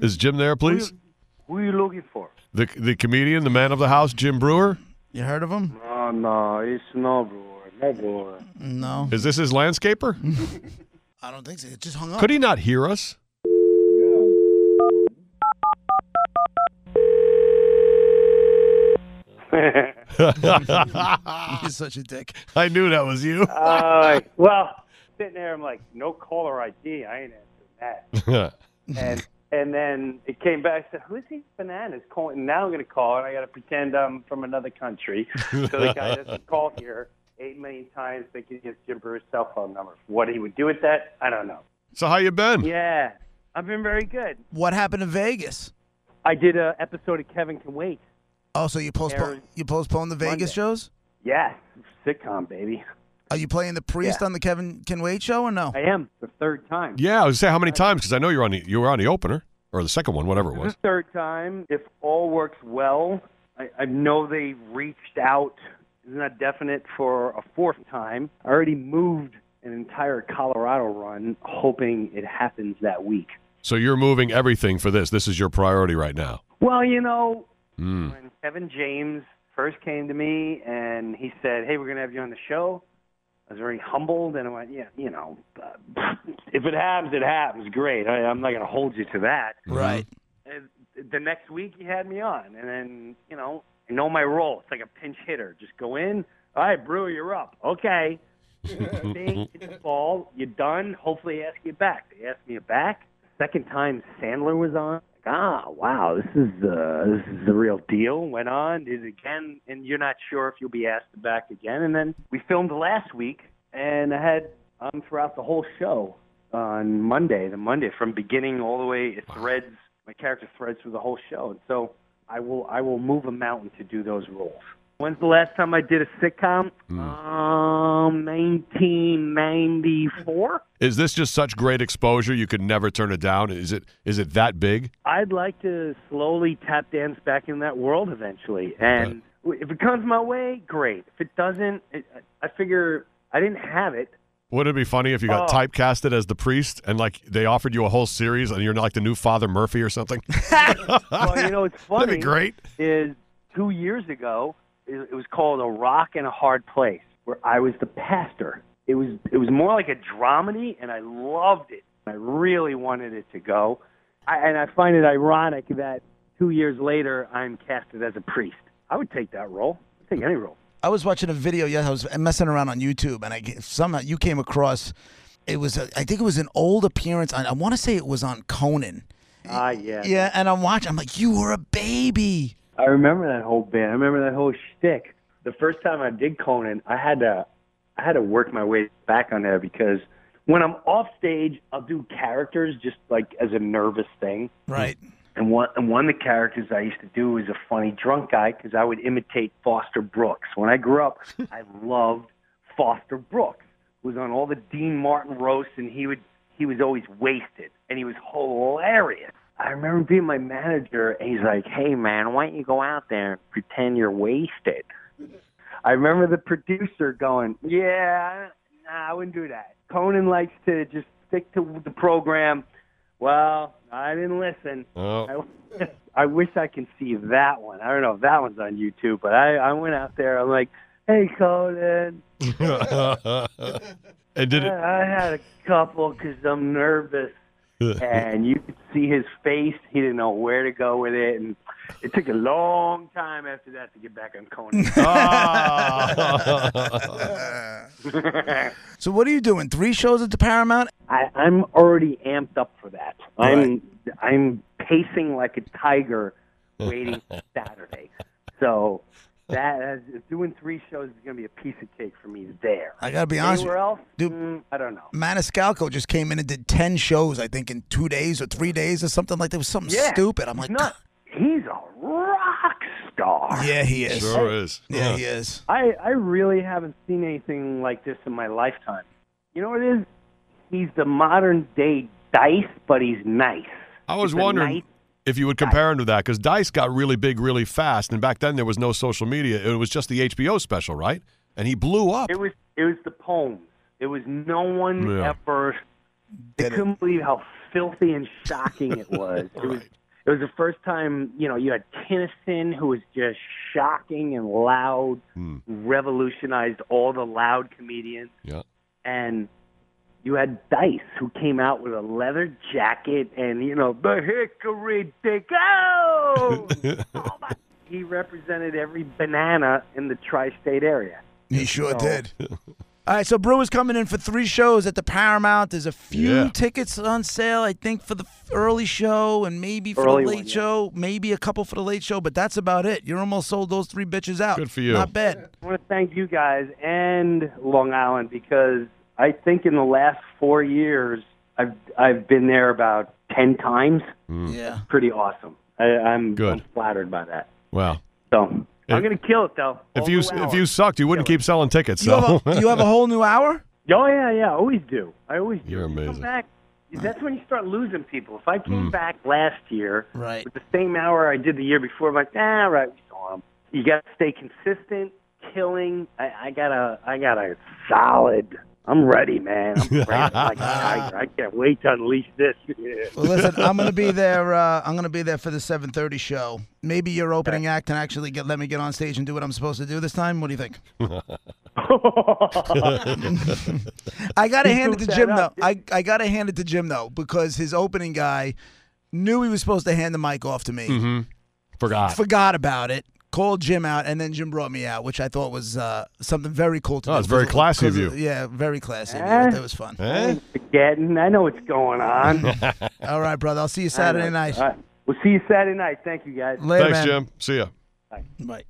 Is Jim there, please? Who are you looking for? The the comedian, the man of the house, Jim Brewer. You heard of him? Oh, no, it's no brewer. No brewer. No. Is this his landscaper? I don't think so. It just hung up. Could he not hear us? He's such a dick. I knew that was you. uh, well, sitting there, I'm like, no caller ID. I ain't answering that. And and then it came back. I said, who's these bananas calling? And now I'm going to call, and I got to pretend I'm from another country. so the guy doesn't call here eight million times thinking it's Jim Brewer's cell phone number. What he would do with that, I don't know. so how you been? Yeah, I've been very good. What happened in Vegas? I did a episode of Kevin Can Wait. Oh, so you postponed Aaron- you postponed the Vegas Monday. shows? Yes, sitcom baby. Are you playing the priest Yeah. on the Kevin Can Wait show or no? I am the third time. Yeah, I was gonna say how many times because I know you're on the you were on the opener or the second one, whatever it This was. is the third time. If all works well, I, I know they reached out. It's not definite for a fourth time. I already moved an entire Colorado run, hoping it happens that week. So you're moving everything for this. This is your priority right now. Well, you know, Mm. when Kevin James first came to me and he said, "Hey, we're going to have you on the show," I was very humbled and I went, "Yeah, you know, uh, if it happens, it happens. Great. I, I'm not going to hold you to that." Right. And the next week he had me on, and then you know I know my role. It's like a pinch hitter. Just go in. All right, Brewer, you're up. Okay. they hit the ball. You're done. Hopefully, they ask you back. They asked me back. Second time Sandler was on. Like, ah, wow, this is uh, this is the real deal. Went on did it again, and you're not sure if you'll be asked back again. And then we filmed last week, and I had um throughout the whole show on Monday, the Monday from beginning all the way. It threads my character threads through the whole show, and so I will I will move a mountain to do those roles. When's the last time I did a sitcom? Hmm. Um, 1994. Is this just such great exposure you could never turn it down? Is it is it that big? I'd like to slowly tap dance back in that world eventually. And if it comes my way, great. If it doesn't, it, I figure I didn't have it. Wouldn't it be funny if you got Oh. typecasted as the priest and like they offered you a whole series and you're like the new Father Murphy or something? Well, you know, it's funny. That'd be great. Is two years ago, it, it was called A Rock and a Hard Place, where I was the pastor. It was it was more like a dramedy, and I loved it. I really wanted it to go. I, and I find it ironic that two years later, I'm casted as a priest. I would take that role. I'd take any role. I was watching a video. Yeah, I was messing around on YouTube, and I somehow you came across. It was a, I think it was an old appearance. On, I want to say it was on Conan. Ah, yeah. Yeah, and I'm watching. I'm like, you were a baby. I remember that whole band. I remember that whole shtick. The first time I did Conan, I had to, I had to work my way back on there because when I'm off stage, I'll do characters just like as a nervous thing. Right. And one, and one of the characters I used to do was a funny drunk guy because I would imitate Foster Brooks. When I grew up, I loved Foster Brooks. Who was on all the Dean Martin roasts, and he would he was always wasted, and he was hilarious. I remember being my manager, and he's like, "Hey man, why don't you go out there and pretend you're wasted?" I remember the producer going, "Yeah, I- nah, I wouldn't do that." Conan likes to just stick to the program. Well, I didn't listen. Oh. I, I wish I can see that one. I don't know if that one's on YouTube, but I, I went out there. I'm like, hey, Conan, Oh. and did I it? I had a couple because I'm nervous. And you could see his face. He didn't know where to go with it. And it took a long time after that to get back on Conan. Ah. So what are you doing? Three shows at the Paramount? I, I'm already amped up for that. I'm I'm pacing like a tiger, waiting for Saturday. So that is, doing three shows is going to be a piece of cake for me there. I gotta be honest. Anywhere else? Dude. Mm, I don't know. Maniscalco just came in and did ten shows, I think, in two days or three days or something like that. It was something Yeah, stupid. I'm like, "Ah." Nut. He's a rock star. yeah, he is. Sure is. Yeah, he is. I I really haven't seen anything like this in my lifetime. You know what it is? He's the modern day Dice, but he's nice. I was He's a wondering nice if you would compare him to that because Dice got really big really fast, and back then there was no social media. It was just the HBO special, right? And he blew up. It was it was the poems. It was no one Yeah. ever. I Did it. couldn't believe how filthy and shocking it was. It was it was the first time, you know, you had Tennyson who was just shocking and loud, revolutionized all the loud comedians Yeah. and you had Dice who came out with a leather jacket and you know the hickory dick oh, Oh, my- he represented every banana in the tri-state area. He sure did. All right, so Brew is coming in for three shows at the Paramount. There's a few Yeah. tickets on sale, I think, for the f- early show and maybe for Early the one, late yeah. show, maybe a couple for the late show, but that's about it. You're almost sold those three bitches out. Good for you. Not bad. I want to thank you guys and Long Island because I think in the last 4 years I've I've been there about 10 times. Hmm. Yeah. Pretty awesome. I I'm, Mm. Good. I'm flattered by that. Wow. So If- I'm gonna kill it though. If All you the way if out. you sucked, you wouldn't keep selling tickets. You, So have a, you have a whole new hour? Oh yeah, yeah, I always do. I always do. You're You amazing. Mm. Come back. That's when you start losing people. If I came back last year Right. with the same hour I did the year before, I'm like, ah, right, we saw him. You got to stay consistent, killing. I, I got to I got to solid. I'm ready, man. I'm ready like a tiger. I can't wait to unleash this. Well, listen, I'm gonna be there. Uh, I'm gonna be there for the 7:30 show. Maybe your opening act can actually get let me get on stage and do what I'm supposed to do this time. What do you think? I gotta hand it to goofed Jim that though. up, I, I gotta hand it to Jim though because his opening guy knew he was supposed to hand the mic off to me. Mm-hmm. forgot. Forgot about it. Called Jim out, and then Jim brought me out, which I thought was uh, something very cool to Oh, do. it's very 'Cause- classy of 'cause- you. Yeah, very classy. of you. Eh? That was fun. Eh? Forgetting. I know what's going on. All right, brother. I'll see you Saturday night. All right. We'll see you Saturday night. Thank you, guys. Later, Thanks, man. Jim. See ya. Bye.